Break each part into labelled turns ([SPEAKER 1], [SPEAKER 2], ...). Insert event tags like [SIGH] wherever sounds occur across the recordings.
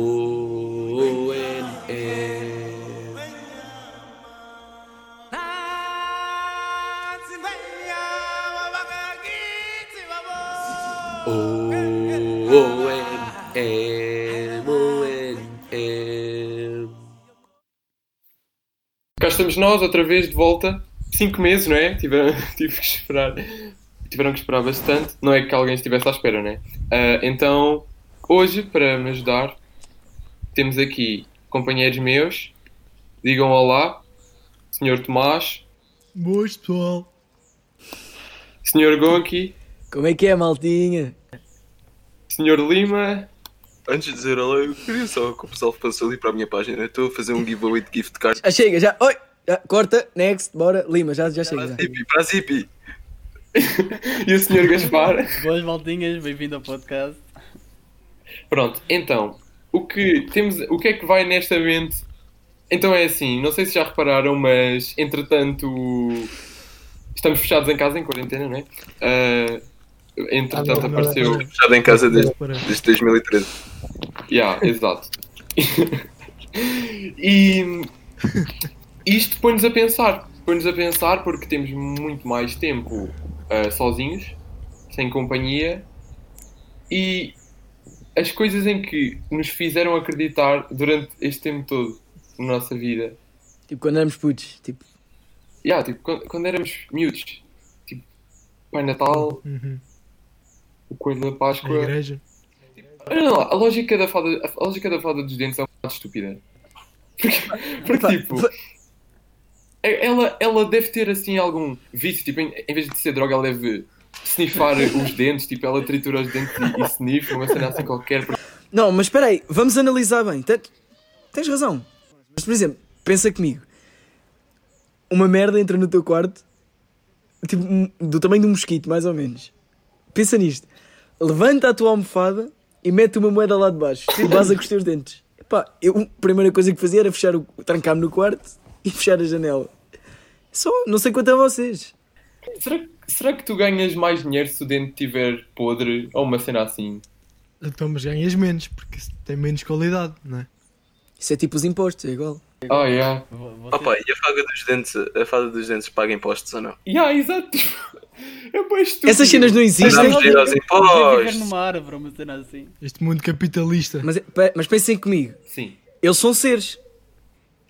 [SPEAKER 1] O N E O O N E O N E
[SPEAKER 2] Cá estamos nós, outra vez, de volta. Cinco meses, não é? Tive, [LAUGHS] tive que esperar. Tiveram que esperar bastante. Não é que alguém estivesse à espera, não é? Ah, então, hoje, para me ajudar, temos aqui companheiros meus. Digam olá. Senhor Tomás.
[SPEAKER 3] Boas, pessoal.
[SPEAKER 2] Senhor Gonki.
[SPEAKER 4] Como é que é, maltinha?
[SPEAKER 2] Senhor Lima. [LAUGHS]
[SPEAKER 5] Antes de dizer olá, eu queria só que o pessoal fosse ali para a minha página. Eu estou a fazer um giveaway de gift card
[SPEAKER 4] Já Ah, chega, já. Oi! Já, corta, next, bora, Lima, já, já chega. Já.
[SPEAKER 5] Zipi, para a Zipi.
[SPEAKER 2] E o Senhor Gaspar.
[SPEAKER 6] Boas voltinhas, bem-vindo ao podcast.
[SPEAKER 2] Pronto, então, o que, temos, o que é que vai nesta mente? Então é assim, não sei se já repararam, mas entretanto estamos fechados em casa em quarentena, não é? Ah, entretanto
[SPEAKER 3] Ah, não, não,
[SPEAKER 2] apareceu.
[SPEAKER 3] não,
[SPEAKER 5] Fechado em casa desde,
[SPEAKER 3] Para.
[SPEAKER 5] desde 2013.
[SPEAKER 2] Yeah, exato. [LAUGHS] e isto põe-nos a pensar. Põe-nos a pensar porque temos muito mais tempo ah, sozinhos, sem companhia, e as coisas em que nos fizeram acreditar durante este tempo todo na nossa vida.
[SPEAKER 4] Tipo, quando éramos putos, tipo,
[SPEAKER 2] Yeah, tipo, quando, quando éramos miúdos, tipo, Pai Natal,
[SPEAKER 3] Uhum.
[SPEAKER 2] o Coelho da
[SPEAKER 3] A
[SPEAKER 2] Páscoa.
[SPEAKER 3] igreja.
[SPEAKER 2] Olha lá, a lógica da fada, a lógica da fada dos dentes é um bocado estúpida. Porque, porque,
[SPEAKER 4] Epá,
[SPEAKER 2] tipo,
[SPEAKER 4] fa-
[SPEAKER 2] é- ela, ela deve ter assim algum vício, tipo, em, em vez de ser droga, ela deve sniffar
[SPEAKER 3] [LAUGHS]
[SPEAKER 2] os dentes, tipo, ela tritura os dentes e, e sniffa, uma cena assim qualquer. porque-
[SPEAKER 4] Não, mas espera aí, vamos analisar bem. Te- Tens razão. Mas, por exemplo, pensa comigo. Uma merda entra no teu quarto, tipo, um- do tamanho de um mosquito, mais ou menos. Pensa nisto. Levanta a tua almofada e mete uma moeda lá de baixo. Tipo, vaza com os teus dentes. Pá, eu a primeira coisa que fazia era fechar o trancar-me no quarto e fechar a janela. Só, não sei quanto a vocês.
[SPEAKER 2] Será, que- será que tu ganhas mais dinheiro se o dente estiver podre ou uma cena assim?
[SPEAKER 3] Então, mas ganhas menos, porque tem menos qualidade, não é?
[SPEAKER 4] Isso é tipo os impostos, é igual.
[SPEAKER 2] Ah, yeah.
[SPEAKER 6] Vo- vocês-
[SPEAKER 5] Opa, e a fada dos dentes, a fada dos dentes paga impostos ou não?
[SPEAKER 2] Yeah, exato. [LAUGHS] É bem estúpido.
[SPEAKER 4] Essas cenas não existem.
[SPEAKER 5] Vamos
[SPEAKER 6] não,
[SPEAKER 5] ir aos
[SPEAKER 6] Podia viver
[SPEAKER 5] impostos.
[SPEAKER 6] numa árvore, uma cena assim.
[SPEAKER 3] Este mundo capitalista.
[SPEAKER 4] Mas, pe- mas pensem comigo.
[SPEAKER 2] Sim.
[SPEAKER 4] Eles são seres.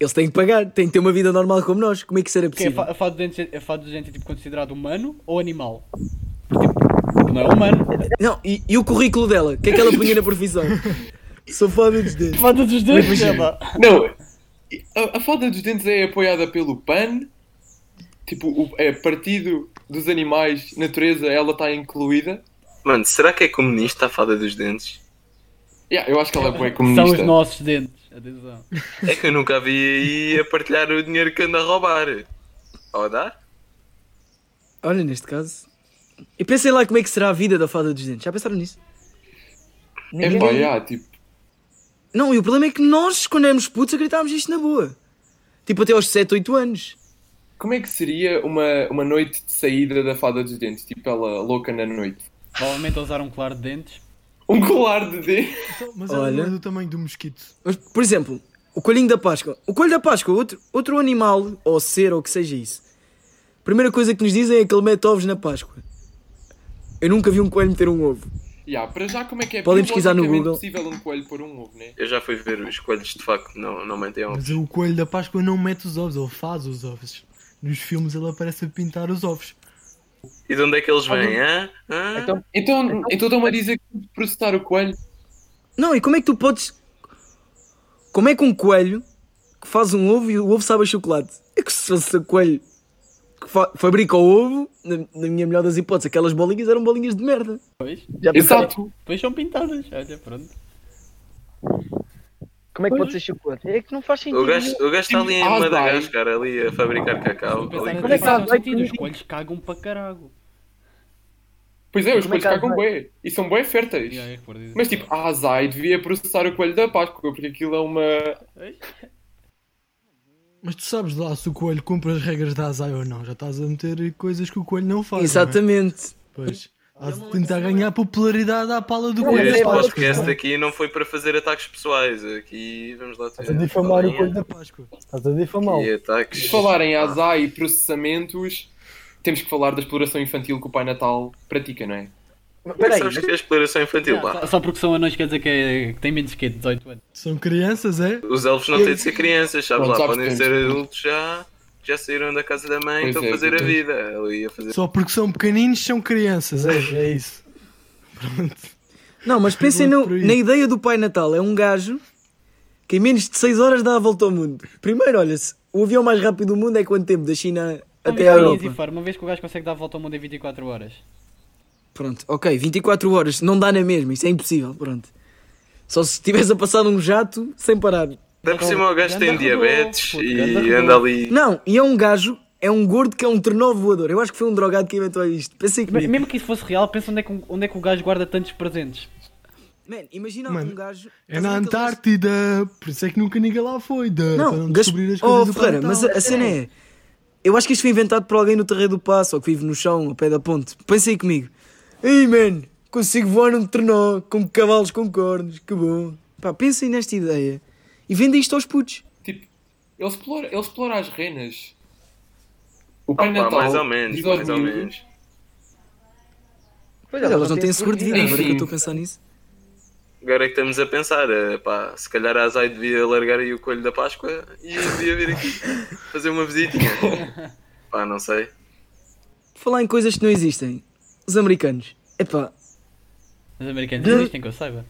[SPEAKER 4] Eles têm que pagar, têm que ter uma vida normal como nós. Como é que isso era
[SPEAKER 6] Porque a
[SPEAKER 4] possível?
[SPEAKER 6] fa- a fada dos dentes é, a fada dos dentes é tipo, considerado humano ou animal? Tipo, não é humano.
[SPEAKER 4] Não, e, e o currículo dela? O que é que ela punha na
[SPEAKER 6] [LAUGHS]
[SPEAKER 4] profissão? Sou fada dos
[SPEAKER 6] A
[SPEAKER 4] dedos.
[SPEAKER 6] fada dos dentes, é pá.
[SPEAKER 2] Não, a, a falta dos dentes é apoiada pelo PAN, tipo, o, é Partido dos Animais, Natureza, ela está incluída.
[SPEAKER 5] Mano, será que é comunista a fada dos dentes?
[SPEAKER 2] Yeah, eu acho que ela é bué
[SPEAKER 6] São os
[SPEAKER 2] comunista.
[SPEAKER 6] nossos dentes. Atenção.
[SPEAKER 5] É que eu nunca a vi aí a partilhar o dinheiro que anda a roubar. Ao dar?
[SPEAKER 4] Olha, neste caso. E pensem lá como é que será a vida da fada dos dentes. Já pensaram nisso?
[SPEAKER 2] É pá, yeah, tipo,
[SPEAKER 4] Não, e o problema é que nós, quando éramos putos, acreditávamos isto na boa. Tipo até aos 7, 8 anos.
[SPEAKER 2] como é que seria uma, uma noite de saída da fada dos dentes? Tipo, ela louca na noite.
[SPEAKER 6] Provavelmente usar um colar de dentes.
[SPEAKER 2] Um colar de dentes.
[SPEAKER 3] Então, Mas
[SPEAKER 4] Olha.
[SPEAKER 3] ela não é do tamanho do mosquito.
[SPEAKER 4] Mas, por exemplo, o coelhinho da Páscoa. O coelho da Páscoa, outro, outro animal, ou ser, ou que seja isso. Primeira coisa que nos dizem é que ele mete ovos na Páscoa. Eu nunca vi um coelho meter um ovo.
[SPEAKER 2] Yeah, para já, como é que é
[SPEAKER 4] Podem pesquisar no
[SPEAKER 2] biologicamente
[SPEAKER 4] Google.
[SPEAKER 2] possível um coelho pôr um ovo, né?
[SPEAKER 5] Eu já fui ver os coelhos de facto, não, não mentem ao
[SPEAKER 3] Mas o coelho da Páscoa não mete os ovos, ele faz os ovos. Nos filmes ele aparece a pintar os ovos.
[SPEAKER 5] E de onde é que eles vêm, hã? Hã?
[SPEAKER 2] Então, então, então estão-me a dizer que processar o coelho.
[SPEAKER 4] Não, e como é que tu podes. Como é que um coelho que faz um ovo e o ovo sabe a chocolate? É que se fosse o coelho que fa- fabrica o ovo, na, na minha melhor das hipóteses, aquelas bolinhas eram bolinhas de merda.
[SPEAKER 6] Pois.
[SPEAKER 7] Já pensaram
[SPEAKER 2] Exato.
[SPEAKER 6] Depois são pintadas. Olha, pronto.
[SPEAKER 7] como é que pode ser chocolate? É que não faz sentido.
[SPEAKER 5] O gajo, o gajo está ali
[SPEAKER 2] Ah, vai.
[SPEAKER 5] em Madagascar, ali a fabricar cacau.
[SPEAKER 6] Vou pensar
[SPEAKER 5] ali
[SPEAKER 6] em
[SPEAKER 5] com-
[SPEAKER 7] como é que
[SPEAKER 6] faz
[SPEAKER 7] vai-
[SPEAKER 6] sentido. Os coelhos cagam para carago.
[SPEAKER 2] Pois é, os
[SPEAKER 7] Como é
[SPEAKER 2] coelhos
[SPEAKER 7] que ela
[SPEAKER 2] cagam bué. E são bué férteis.
[SPEAKER 6] E aí, é que perdido.
[SPEAKER 2] Mas tipo, a Azai devia processar o coelho da Páscoa, porque aquilo é uma.
[SPEAKER 3] Mas tu sabes lá se o coelho cumpre as regras da Azai ou não. Já estás a meter coisas que o coelho não faz. não é?
[SPEAKER 4] Exatamente.
[SPEAKER 3] Pois. Estás a tentar ganhar popularidade à pala do
[SPEAKER 7] Não,
[SPEAKER 3] coelho.
[SPEAKER 5] Este
[SPEAKER 7] é para-
[SPEAKER 5] podcast aqui não foi para fazer ataques pessoais. Aqui vamos lá
[SPEAKER 8] Estás a difamar o coelho da Páscoa. Estás a difamá-lo.
[SPEAKER 5] E
[SPEAKER 2] Se
[SPEAKER 5] ataques.
[SPEAKER 2] falar em azar e processamentos, temos que falar da exploração infantil que o Pai Natal pratica, não é?
[SPEAKER 7] Peraí,
[SPEAKER 5] Sabes que é a exploração infantil, pá.
[SPEAKER 6] Só, só porque são anões quer dizer que, é, que têm menos que 18 anos.
[SPEAKER 3] São crianças, é?
[SPEAKER 5] Os elfos não têm de ser crianças, sabes
[SPEAKER 2] Pronto,
[SPEAKER 5] lá,
[SPEAKER 2] sabes
[SPEAKER 5] podem
[SPEAKER 2] que
[SPEAKER 5] ser
[SPEAKER 2] temos.
[SPEAKER 5] adultos já, já saíram da casa da mãe,
[SPEAKER 2] Pois
[SPEAKER 5] estão
[SPEAKER 2] é,
[SPEAKER 5] a fazer a
[SPEAKER 2] pois.
[SPEAKER 5] vida. Ele ia fazer.
[SPEAKER 3] Só porque são pequeninos são crianças, é? É isso.
[SPEAKER 4] Não, mas pensem
[SPEAKER 3] Vou
[SPEAKER 4] no-
[SPEAKER 3] por aí.
[SPEAKER 4] na ideia do Pai Natal. É um gajo que em menos de 6 horas dá a volta ao mundo. Primeiro, olha-se, o avião mais rápido do mundo é quanto tempo? Da China até à
[SPEAKER 6] Uma vez que é
[SPEAKER 4] Europa.
[SPEAKER 6] easy farm, Uma vez que o gajo consegue dar a volta ao mundo em 24 horas.
[SPEAKER 4] Pronto, ok, 24 horas. Não dá na mesma, isso é impossível, pronto. Só se tivesse a passar um jato sem parar.
[SPEAKER 5] Dá por cima o gajo tem
[SPEAKER 6] Ganda
[SPEAKER 5] diabetes
[SPEAKER 6] Rodolfo,
[SPEAKER 5] e
[SPEAKER 6] ganda
[SPEAKER 5] anda
[SPEAKER 6] Rodolfo.
[SPEAKER 5] ali.
[SPEAKER 4] Não, e é um gajo, é um gordo que é um trenó voador. Eu acho que foi um drogado que inventou isto. Pensei
[SPEAKER 6] Me-
[SPEAKER 4] comigo.
[SPEAKER 6] Mesmo que isso fosse real, pensa onde é que, um- onde é que o gajo guarda tantos presentes.
[SPEAKER 4] Man, imagina
[SPEAKER 3] Mano,
[SPEAKER 4] um gajo.
[SPEAKER 3] É
[SPEAKER 4] estás a
[SPEAKER 3] na
[SPEAKER 4] ver aqueles-
[SPEAKER 3] Antártida. Por isso é que nunca ninguém lá foi. Da, para
[SPEAKER 4] Não, gas...
[SPEAKER 3] descobrir as coisas
[SPEAKER 4] Oh,
[SPEAKER 3] do Pai
[SPEAKER 4] Ferreira,
[SPEAKER 3] Natal.
[SPEAKER 4] mas a, a cena é. Eu acho que isto foi inventado por alguém no Terreiro do Passo ou que vive no chão, ao pé da ponte. Pensa aí comigo. Ei, man, consigo voar num trenó com cavalos com cornos, que bom. Pá, pensa aí nesta ideia e venda isto aos putos.
[SPEAKER 2] Tipo, ele explora, ele explora as renas. O Pai
[SPEAKER 5] Opa,
[SPEAKER 2] Natal
[SPEAKER 5] mais ou menos,
[SPEAKER 2] diz aos
[SPEAKER 5] mais ou
[SPEAKER 2] miúdos-
[SPEAKER 5] menos.
[SPEAKER 7] Pois
[SPEAKER 4] Elas não têm seguro de vida,
[SPEAKER 2] Enfim.
[SPEAKER 4] agora que eu estou a pensar nisso.
[SPEAKER 5] Agora é que estamos a pensar, eh, pá, se calhar a Azai devia largar aí o coelho da Páscoa e devia vir
[SPEAKER 4] [LAUGHS]
[SPEAKER 5] aqui fazer uma visitinha. pá, não sei.
[SPEAKER 4] Falar em coisas que não existem. Os americanos. Epá,
[SPEAKER 6] Os americanos
[SPEAKER 4] Não.
[SPEAKER 6] existem, que eu saiba.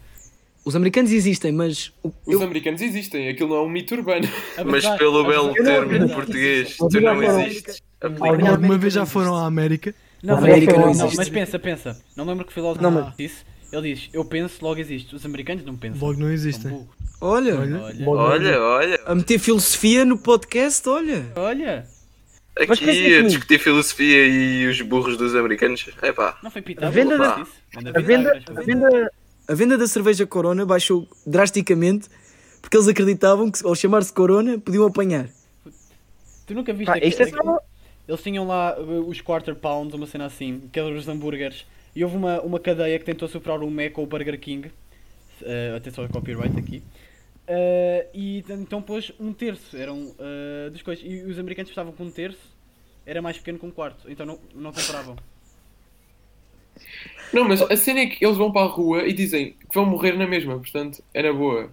[SPEAKER 4] os americanos existem, mas o-
[SPEAKER 2] Os
[SPEAKER 4] eu-
[SPEAKER 2] americanos existem, aquilo não é um mito urbano. [LAUGHS]
[SPEAKER 6] A
[SPEAKER 5] Mas
[SPEAKER 6] verdade-
[SPEAKER 5] pelo
[SPEAKER 6] a
[SPEAKER 5] belo
[SPEAKER 6] verdade-
[SPEAKER 5] termo
[SPEAKER 6] Não,
[SPEAKER 5] português,
[SPEAKER 8] não,
[SPEAKER 5] tu
[SPEAKER 8] não,
[SPEAKER 5] não
[SPEAKER 8] não.
[SPEAKER 5] existes.
[SPEAKER 8] Alguém-
[SPEAKER 3] Alguma vez já foram à América?
[SPEAKER 6] Não,
[SPEAKER 4] A
[SPEAKER 6] mas-
[SPEAKER 4] América não
[SPEAKER 6] não,
[SPEAKER 4] existe.
[SPEAKER 6] mas pensa, pensa. Não lembro que filósofo
[SPEAKER 4] Não, mas-
[SPEAKER 6] disse. Ele diz, eu penso, logo existe. Os americanos não pensam.
[SPEAKER 3] Logo não existem.
[SPEAKER 6] São burros.
[SPEAKER 4] olha,
[SPEAKER 6] Olha,
[SPEAKER 8] Logo-
[SPEAKER 5] Olha, olha,
[SPEAKER 4] a meter filosofia no podcast, olha.
[SPEAKER 6] olha.
[SPEAKER 7] Mas pensa
[SPEAKER 5] aqui a
[SPEAKER 7] comigo.
[SPEAKER 5] discutir filosofia e os burros dos americanos. É pá,
[SPEAKER 6] Não foi pitado.
[SPEAKER 7] A venda
[SPEAKER 5] da-
[SPEAKER 7] A
[SPEAKER 6] é
[SPEAKER 7] venda, a venda,
[SPEAKER 4] A venda da cerveja Corona baixou drasticamente porque eles acreditavam que, ao chamar-se Corona, podiam apanhar.
[SPEAKER 6] Tu nunca viste
[SPEAKER 7] pá,
[SPEAKER 6] aquele-
[SPEAKER 7] isto é só
[SPEAKER 6] Eles tinham lá uh, os quarter pounds, uma cena assim, que eram os hambúrgueres. E houve uma, uma cadeia que tentou superar o Mac ou o Burger King. Uh, atenção ao copyright aqui. Uh, e t- então pôs um terço, eram uh, das coisas. E os americanos estavam com um terço, era mais pequeno que um quarto, então não, não compravam.
[SPEAKER 2] Não, mas a cena é que eles vão para a rua e dizem que vão morrer na mesma, portanto, era boa.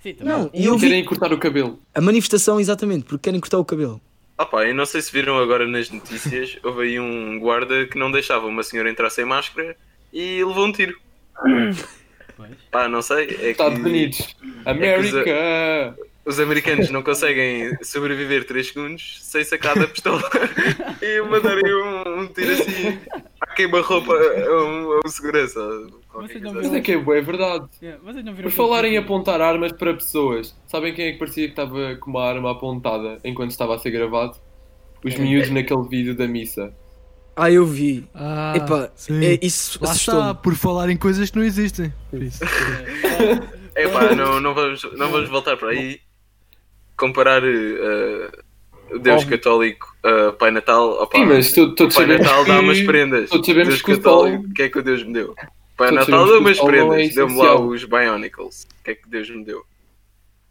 [SPEAKER 6] Sim, também.
[SPEAKER 4] Não, e
[SPEAKER 2] E
[SPEAKER 4] eu vi
[SPEAKER 2] querem cortar o cabelo.
[SPEAKER 4] a manifestação exatamente porque querem cortar o cabelo.
[SPEAKER 5] Ah pá, eu não sei se viram agora nas notícias, [LAUGHS] houve aí um guarda que não deixava uma senhora entrar sem máscara e levou um tiro.
[SPEAKER 6] Pois.
[SPEAKER 5] Pá, não sei, é
[SPEAKER 2] Estados
[SPEAKER 5] que
[SPEAKER 2] Unidos, América!
[SPEAKER 5] os americanos não conseguem sobreviver 3 segundos sem sacar da pistola [LAUGHS] e mandarem um, um tiro assim a queima-roupa a um, a um segurança. qualquer
[SPEAKER 6] Vocês não
[SPEAKER 5] coisa
[SPEAKER 2] Mas é que é boa, é verdade.
[SPEAKER 6] É, Vocês não viram
[SPEAKER 2] Por falar em
[SPEAKER 6] aquele filme?
[SPEAKER 2] apontar armas para pessoas, sabem quem é que parecia que estava com uma arma apontada enquanto estava a ser gravado?
[SPEAKER 5] É.
[SPEAKER 2] Os miúdos naquele vídeo da missa.
[SPEAKER 4] Ah, eu vi.
[SPEAKER 3] Ah,
[SPEAKER 4] Epá,
[SPEAKER 3] sim.
[SPEAKER 4] é, isso
[SPEAKER 3] Lá está,
[SPEAKER 4] assustou-me.
[SPEAKER 3] por falar em coisas que não existem. Por isso.
[SPEAKER 5] assim. É pá, não, não, vamos, não vamos voltar para aí. Comparar eh, o Deus Católico a Pai Natal. opá.
[SPEAKER 2] Sim, mas to- todos
[SPEAKER 5] Pai
[SPEAKER 2] sabemos
[SPEAKER 5] Natal dá
[SPEAKER 2] que-
[SPEAKER 5] umas prendas.
[SPEAKER 2] todos sabemos
[SPEAKER 5] Deus
[SPEAKER 2] que o
[SPEAKER 5] católico,
[SPEAKER 2] Paulo-
[SPEAKER 5] o que é que o Deus me deu? Pai
[SPEAKER 2] Todos
[SPEAKER 5] Natal
[SPEAKER 2] sabemos que o
[SPEAKER 5] deu umas
[SPEAKER 2] Paulo não é
[SPEAKER 5] prendas, deu-me lá
[SPEAKER 2] essencial.
[SPEAKER 5] os Bionicles. O que é que Deus me deu?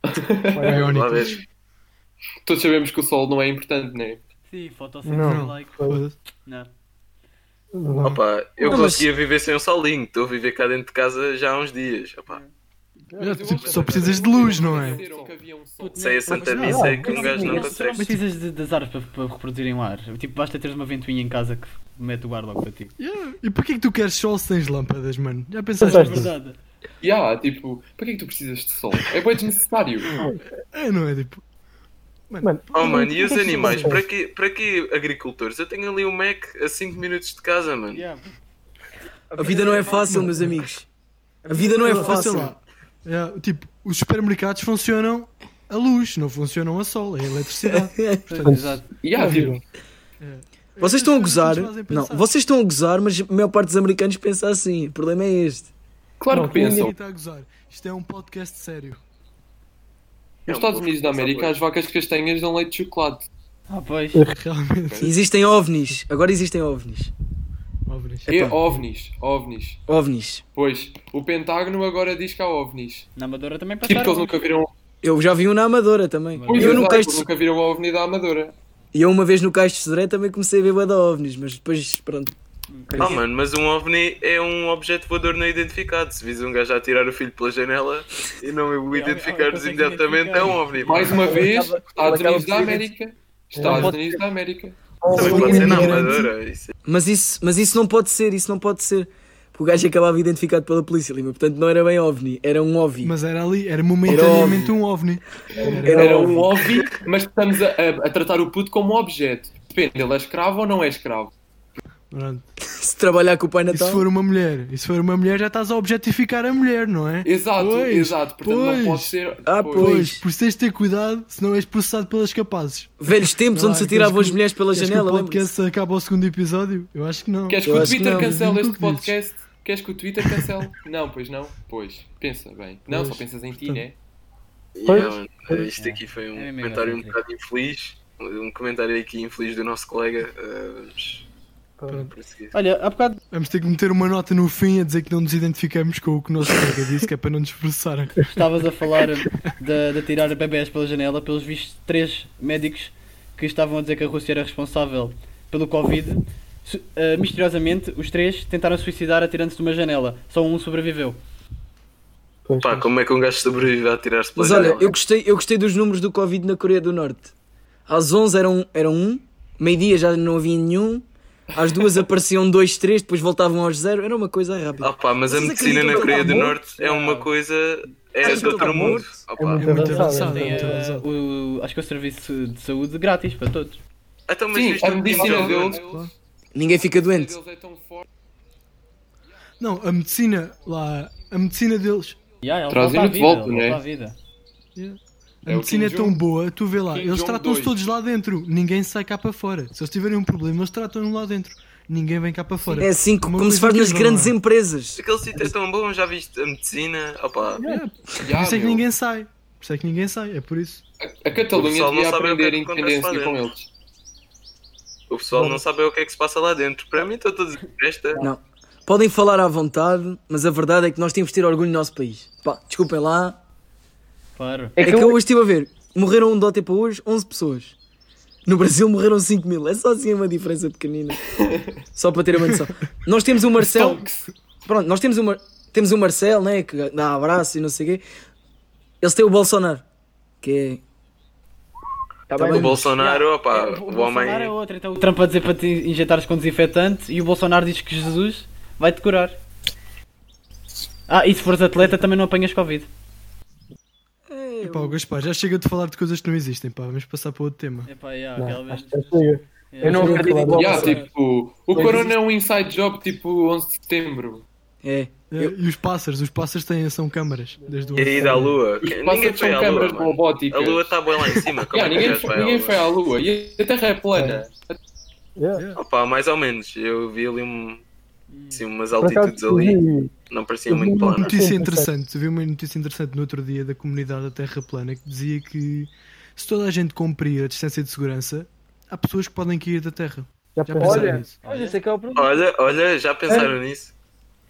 [SPEAKER 5] Lá
[SPEAKER 3] Bionic.
[SPEAKER 5] vês.
[SPEAKER 2] Todos sabemos que o sol não é importante, né?
[SPEAKER 6] Sim, fotossíntese,
[SPEAKER 8] Não.
[SPEAKER 6] like.
[SPEAKER 3] Foda-se.
[SPEAKER 6] Não.
[SPEAKER 8] Não.
[SPEAKER 5] Opa, eu
[SPEAKER 4] Não, mas-
[SPEAKER 5] conseguia viver sem um solinho, estou a viver cá dentro de casa já há uns dias. Opa,
[SPEAKER 3] É, tipo, só precisas de luz, não é?
[SPEAKER 2] um
[SPEAKER 6] Puto,
[SPEAKER 5] sem a
[SPEAKER 6] mas-
[SPEAKER 5] Santa
[SPEAKER 8] não,
[SPEAKER 5] Missa é que
[SPEAKER 8] não,
[SPEAKER 5] um gajo
[SPEAKER 8] não,
[SPEAKER 5] não
[SPEAKER 8] não,
[SPEAKER 6] Não
[SPEAKER 5] consegue.
[SPEAKER 6] precisas de, das árvores para, para reproduzirem o ar. Tipo, basta teres uma ventoinha em casa que mete o ar logo para ti.
[SPEAKER 3] Yeah. E porquê que tu queres sol se tens lâmpadas, mano? Já
[SPEAKER 6] É
[SPEAKER 3] pensaste?
[SPEAKER 8] Pensaste?
[SPEAKER 3] nisso?
[SPEAKER 6] verdade.
[SPEAKER 2] Ya, tipo, para que é que tu precisas de sol? É bem desnecessário.
[SPEAKER 3] É, não é? Tipo,
[SPEAKER 8] Mano,
[SPEAKER 5] Oh mano, e os
[SPEAKER 8] porquê que
[SPEAKER 5] animais?
[SPEAKER 8] isso
[SPEAKER 5] Para
[SPEAKER 8] acontece?
[SPEAKER 5] que, para que agricultores? Eu tenho ali um Mac a 5 minutos de casa, mano.
[SPEAKER 6] Yeah.
[SPEAKER 4] A vida não é fácil, meus amigos. A vida não é
[SPEAKER 3] sei
[SPEAKER 4] fácil.
[SPEAKER 3] lá. Yeah, tipo, os supermercados funcionam a luz, não funcionam a sol, é a eletricidade.
[SPEAKER 6] Exato.
[SPEAKER 2] Ya,
[SPEAKER 8] Já
[SPEAKER 2] tipo,
[SPEAKER 8] viram?
[SPEAKER 4] Vocês estão a
[SPEAKER 3] Estas coisas
[SPEAKER 4] gozar.
[SPEAKER 3] que nos fazem
[SPEAKER 4] Não,
[SPEAKER 3] pensar.
[SPEAKER 4] vocês estão a gozar, mas a maior parte dos americanos pensa assim. O problema é este.
[SPEAKER 2] claro
[SPEAKER 8] Não,
[SPEAKER 2] que
[SPEAKER 8] tem
[SPEAKER 2] pensam.
[SPEAKER 3] Ninguém está a gozar. Isto é um podcast sério. [LAUGHS]
[SPEAKER 5] É um
[SPEAKER 2] Nos Estados
[SPEAKER 5] pouco
[SPEAKER 2] Unidos da América,
[SPEAKER 5] só
[SPEAKER 2] as vacas castanhas dão leite de chocolate.
[SPEAKER 6] Ah, pois.
[SPEAKER 3] Realmente.
[SPEAKER 4] Existem ovnis. Agora existem ovnis.
[SPEAKER 3] Óbvio. OVNIs.
[SPEAKER 2] E
[SPEAKER 4] Epá.
[SPEAKER 2] É ovnis, ovnis.
[SPEAKER 4] OVNIs.
[SPEAKER 2] Pois, o Pentágono agora diz que há ovnis.
[SPEAKER 6] Na Amadora também
[SPEAKER 2] Tipo que
[SPEAKER 6] passaram.
[SPEAKER 2] eles nunca viram.
[SPEAKER 4] Eu já vi um na Amadora também.
[SPEAKER 2] Pois,
[SPEAKER 4] eu,
[SPEAKER 2] exato,
[SPEAKER 4] no Cais
[SPEAKER 2] eles
[SPEAKER 4] de...
[SPEAKER 2] nunca viram uma ovni da Amadora.
[SPEAKER 4] e eu uma vez no Cais de Sodré também comecei a ver bué de OVNIs, mas depois, pronto.
[SPEAKER 5] Ah, mano, mas um OVNI é um objeto voador não identificado. Se vis um gajo a tirar o filho pela janela e não o
[SPEAKER 6] É, é, é,
[SPEAKER 5] identificares
[SPEAKER 6] consegue
[SPEAKER 5] imediatamente, é um OVNI.
[SPEAKER 2] Mais uma vez,
[SPEAKER 7] acaba-
[SPEAKER 2] Estados
[SPEAKER 7] ele acaba
[SPEAKER 2] Unidos
[SPEAKER 7] por
[SPEAKER 2] da
[SPEAKER 7] ser-
[SPEAKER 2] América. Estados
[SPEAKER 8] pode
[SPEAKER 2] Unidos da América.
[SPEAKER 5] Também pode
[SPEAKER 6] é
[SPEAKER 5] ser na Amadora. Isso.
[SPEAKER 4] Mas isso, mas isso não pode ser, isso não pode ser. Porque o gajo acabava identificado pela polícia, Lima. Portanto, não era bem OVNI, era um OVNI.
[SPEAKER 3] Mas era ali, era momentaneamente um OVNI.
[SPEAKER 4] Era
[SPEAKER 2] Era um
[SPEAKER 4] óbvio.
[SPEAKER 2] ovni, mas estamos a, a- a tratar o puto como um objeto. Depende, ele é escravo ou não é escravo.
[SPEAKER 3] Pronto.
[SPEAKER 4] Se trabalhar com o Pai
[SPEAKER 3] E se
[SPEAKER 4] Natal...
[SPEAKER 3] for uma mulher? E se for uma mulher, já estás a objetificar a mulher, não é?
[SPEAKER 2] Exato,
[SPEAKER 3] Pois,
[SPEAKER 2] exato. Portanto, não
[SPEAKER 3] pois.
[SPEAKER 2] pode ser.
[SPEAKER 4] Ah,
[SPEAKER 3] Pois, por isso tens de ter cuidado, senão és processado pelas capazes.
[SPEAKER 4] Velhos tempos
[SPEAKER 3] Sei lá,
[SPEAKER 4] onde se atiravam
[SPEAKER 3] queres
[SPEAKER 4] as
[SPEAKER 3] que-
[SPEAKER 4] mulheres pela
[SPEAKER 3] Queres
[SPEAKER 4] janela,
[SPEAKER 3] que o
[SPEAKER 4] lembra-se?
[SPEAKER 3] podcast acaba o segundo episódio? Eu acho que não.
[SPEAKER 2] Queres que
[SPEAKER 4] Eu
[SPEAKER 2] o
[SPEAKER 4] acho que
[SPEAKER 2] Twitter
[SPEAKER 4] não,
[SPEAKER 2] cancele
[SPEAKER 3] diz-me o
[SPEAKER 2] este
[SPEAKER 3] que dizes.
[SPEAKER 2] podcast? Queres que o Twitter cancele? não, pois não. Pois, pensa bem. Não, só
[SPEAKER 3] Pois,
[SPEAKER 2] pensas em ti,
[SPEAKER 3] portanto,
[SPEAKER 2] né?
[SPEAKER 5] Yeah, mano, é um- isto aqui foi um
[SPEAKER 6] É mesmo
[SPEAKER 5] comentário um
[SPEAKER 6] engraçado.
[SPEAKER 5] bocado infeliz. Um comentário aqui infeliz do nosso colega. ah, Vamos prosseguir.
[SPEAKER 6] Olha, há bocado
[SPEAKER 3] Vamos ter que meter uma nota no fim a dizer que não nos identificamos com o que o nosso colega disse, que é para não
[SPEAKER 4] [LAUGHS]
[SPEAKER 3] nos processarem. É
[SPEAKER 6] estavas a falar de, de tirar bebés pela janela, pelos vistos, três médicos que estavam a dizer que a Rússia era responsável pelo Covid. Su- eh, misteriosamente, os três tentaram suicidar atirando-se de uma janela. Só um sobreviveu.
[SPEAKER 5] Pá, como é que um gajo sobrevive a tirar-se pela
[SPEAKER 4] Mas olha,
[SPEAKER 5] janela?
[SPEAKER 4] eu gostei, eu gostei dos números do Covid na Coreia do Norte. Às 11 eram, eram um, meio-dia já não havia nenhum, às duas [LAUGHS] apareciam dois, três, depois voltavam aos zero, era uma coisa rápida.
[SPEAKER 5] Ah pá, mas a
[SPEAKER 4] Vocês
[SPEAKER 5] medicina
[SPEAKER 4] acreditam
[SPEAKER 5] na
[SPEAKER 4] que
[SPEAKER 5] Coreia
[SPEAKER 4] ele
[SPEAKER 5] do
[SPEAKER 4] tá
[SPEAKER 5] Norte é uma coisa. É
[SPEAKER 4] Acham
[SPEAKER 5] de
[SPEAKER 4] que ele tá
[SPEAKER 5] outro mundo.
[SPEAKER 4] morto?
[SPEAKER 5] Ah,
[SPEAKER 8] É
[SPEAKER 5] pá.
[SPEAKER 8] muito
[SPEAKER 3] muito
[SPEAKER 8] avançado.
[SPEAKER 3] avançado.
[SPEAKER 6] Tem,
[SPEAKER 2] é.
[SPEAKER 3] Exato,
[SPEAKER 6] eh,
[SPEAKER 3] exato.
[SPEAKER 6] o- acho que é o serviço de saúde grátis para todos.
[SPEAKER 5] Então, mas
[SPEAKER 2] Sim,
[SPEAKER 5] viste
[SPEAKER 2] a
[SPEAKER 5] o
[SPEAKER 2] medicina
[SPEAKER 5] Kim Jong-un?
[SPEAKER 2] deles.
[SPEAKER 4] Ninguém fica doente.
[SPEAKER 2] deles é tão forte.
[SPEAKER 3] Não, a medicina lá, a medicina deles,
[SPEAKER 6] Yeah, ah, ele
[SPEAKER 2] Trazem-no
[SPEAKER 6] volta à
[SPEAKER 2] de
[SPEAKER 6] vida,
[SPEAKER 2] volta,
[SPEAKER 6] ele
[SPEAKER 2] né?
[SPEAKER 6] volta à vida.
[SPEAKER 3] a
[SPEAKER 2] É o
[SPEAKER 3] medicina é
[SPEAKER 2] Kim
[SPEAKER 3] tão
[SPEAKER 2] Jong-
[SPEAKER 3] boa, tu vê lá,
[SPEAKER 2] Kim
[SPEAKER 3] eles
[SPEAKER 2] Jong
[SPEAKER 3] tratam-se
[SPEAKER 2] dois.
[SPEAKER 3] todos lá dentro, ninguém sai cá para fora. Se eles tiverem um problema, eles tratam-no lá dentro, ninguém vem cá para fora.
[SPEAKER 4] É assim que-
[SPEAKER 3] Uma
[SPEAKER 4] como se
[SPEAKER 3] coisa
[SPEAKER 4] faz nas
[SPEAKER 3] incrível,
[SPEAKER 4] grandes
[SPEAKER 3] não é?
[SPEAKER 4] empresas.
[SPEAKER 5] Aquele sítio é tão bom, já viste a medicina? Ah pá.
[SPEAKER 3] Por
[SPEAKER 2] Já,
[SPEAKER 3] isso é que
[SPEAKER 2] meu.
[SPEAKER 3] ninguém sai, por isso é que ninguém sai, é por isso.
[SPEAKER 2] A, a
[SPEAKER 5] O
[SPEAKER 2] Catalunha
[SPEAKER 5] pessoal não
[SPEAKER 2] devia
[SPEAKER 5] sabe o que é
[SPEAKER 2] aprender
[SPEAKER 5] que acontece
[SPEAKER 2] independência
[SPEAKER 5] lá
[SPEAKER 2] com
[SPEAKER 5] dentro.
[SPEAKER 2] eles.
[SPEAKER 5] O pessoal não sabe o que é que se passa lá dentro. Para mim, estou todos esta.
[SPEAKER 4] Não. Podem falar à vontade, mas a verdade é que nós temos de ter orgulho no nosso país. Pá, desculpem lá,
[SPEAKER 6] Claro.
[SPEAKER 4] É que eu hoje estive a ver, morreram um dote para hoje 11 pessoas. No Brasil morreram 5 mil. É só assim uma diferença [LAUGHS] pequenina. só para ter uma noção. Nós temos o Marcel. Pronto, nós temos o, Mar- temos o Marcel, né? Que dá abraço e não sei o quê. Eles têm o Bolsonaro. Que
[SPEAKER 7] Tá
[SPEAKER 4] Tá
[SPEAKER 7] bem.
[SPEAKER 5] O
[SPEAKER 4] bem.
[SPEAKER 5] Bolsonaro, ah pá,
[SPEAKER 6] É,
[SPEAKER 5] o homem.
[SPEAKER 6] Bolsonaro é outro, então o Trump a dizer para te injetares com desinfetante e o Bolsonaro diz que Jesus vai-te curar. Ah, e se fores atleta também não apanhas Covid.
[SPEAKER 4] é.
[SPEAKER 3] Pá, o Gaspar, já chega de falar de coisas que não existem, pá, vamos passar para outro tema.
[SPEAKER 6] Epá, yeah, aquela
[SPEAKER 8] Não,
[SPEAKER 6] vez.
[SPEAKER 8] acho que é já chega.
[SPEAKER 7] Eu não acredito em
[SPEAKER 2] Já,
[SPEAKER 7] Bolsonaro.
[SPEAKER 2] tipo, o Corona é um inside job tipo 11 de setembro.
[SPEAKER 4] É. Eu-
[SPEAKER 3] E os pássaros, os pássaros têm, são câmaras, desde o
[SPEAKER 6] é
[SPEAKER 5] E aí da é Lua.
[SPEAKER 2] Os
[SPEAKER 5] Quem- Ninguém
[SPEAKER 2] pássaros
[SPEAKER 5] foi
[SPEAKER 2] são
[SPEAKER 5] à Lua.
[SPEAKER 2] câmaras
[SPEAKER 5] mano. A
[SPEAKER 2] robóticas.
[SPEAKER 5] Lua está bem lá em cima. Como
[SPEAKER 2] Já,
[SPEAKER 5] é que
[SPEAKER 2] ninguém,
[SPEAKER 5] já se vai à
[SPEAKER 2] ninguém
[SPEAKER 5] Lua?
[SPEAKER 2] foi à Lua. E a Terra é plana.
[SPEAKER 8] Yeah.
[SPEAKER 5] Ah pá, mais ou menos. Eu vi ali um, assim, umas
[SPEAKER 8] Por acaso,
[SPEAKER 5] altitudes ali.
[SPEAKER 8] vi-
[SPEAKER 5] Não parecia
[SPEAKER 8] eu vi
[SPEAKER 5] muito
[SPEAKER 8] uma
[SPEAKER 5] plana.
[SPEAKER 3] Notícia
[SPEAKER 8] Sim,
[SPEAKER 3] interessante, vi uma notícia interessante no outro dia da comunidade da Terra Plana que dizia que se toda a gente cumprir a distância de segurança, há pessoas que podem cair da Terra.
[SPEAKER 8] já
[SPEAKER 3] Já
[SPEAKER 8] pensaram
[SPEAKER 3] pensaram
[SPEAKER 7] Olha,
[SPEAKER 3] nisso?
[SPEAKER 7] olha, esse é que é o problema.
[SPEAKER 5] Olha, olha, já pensaram
[SPEAKER 8] É.
[SPEAKER 5] nisso?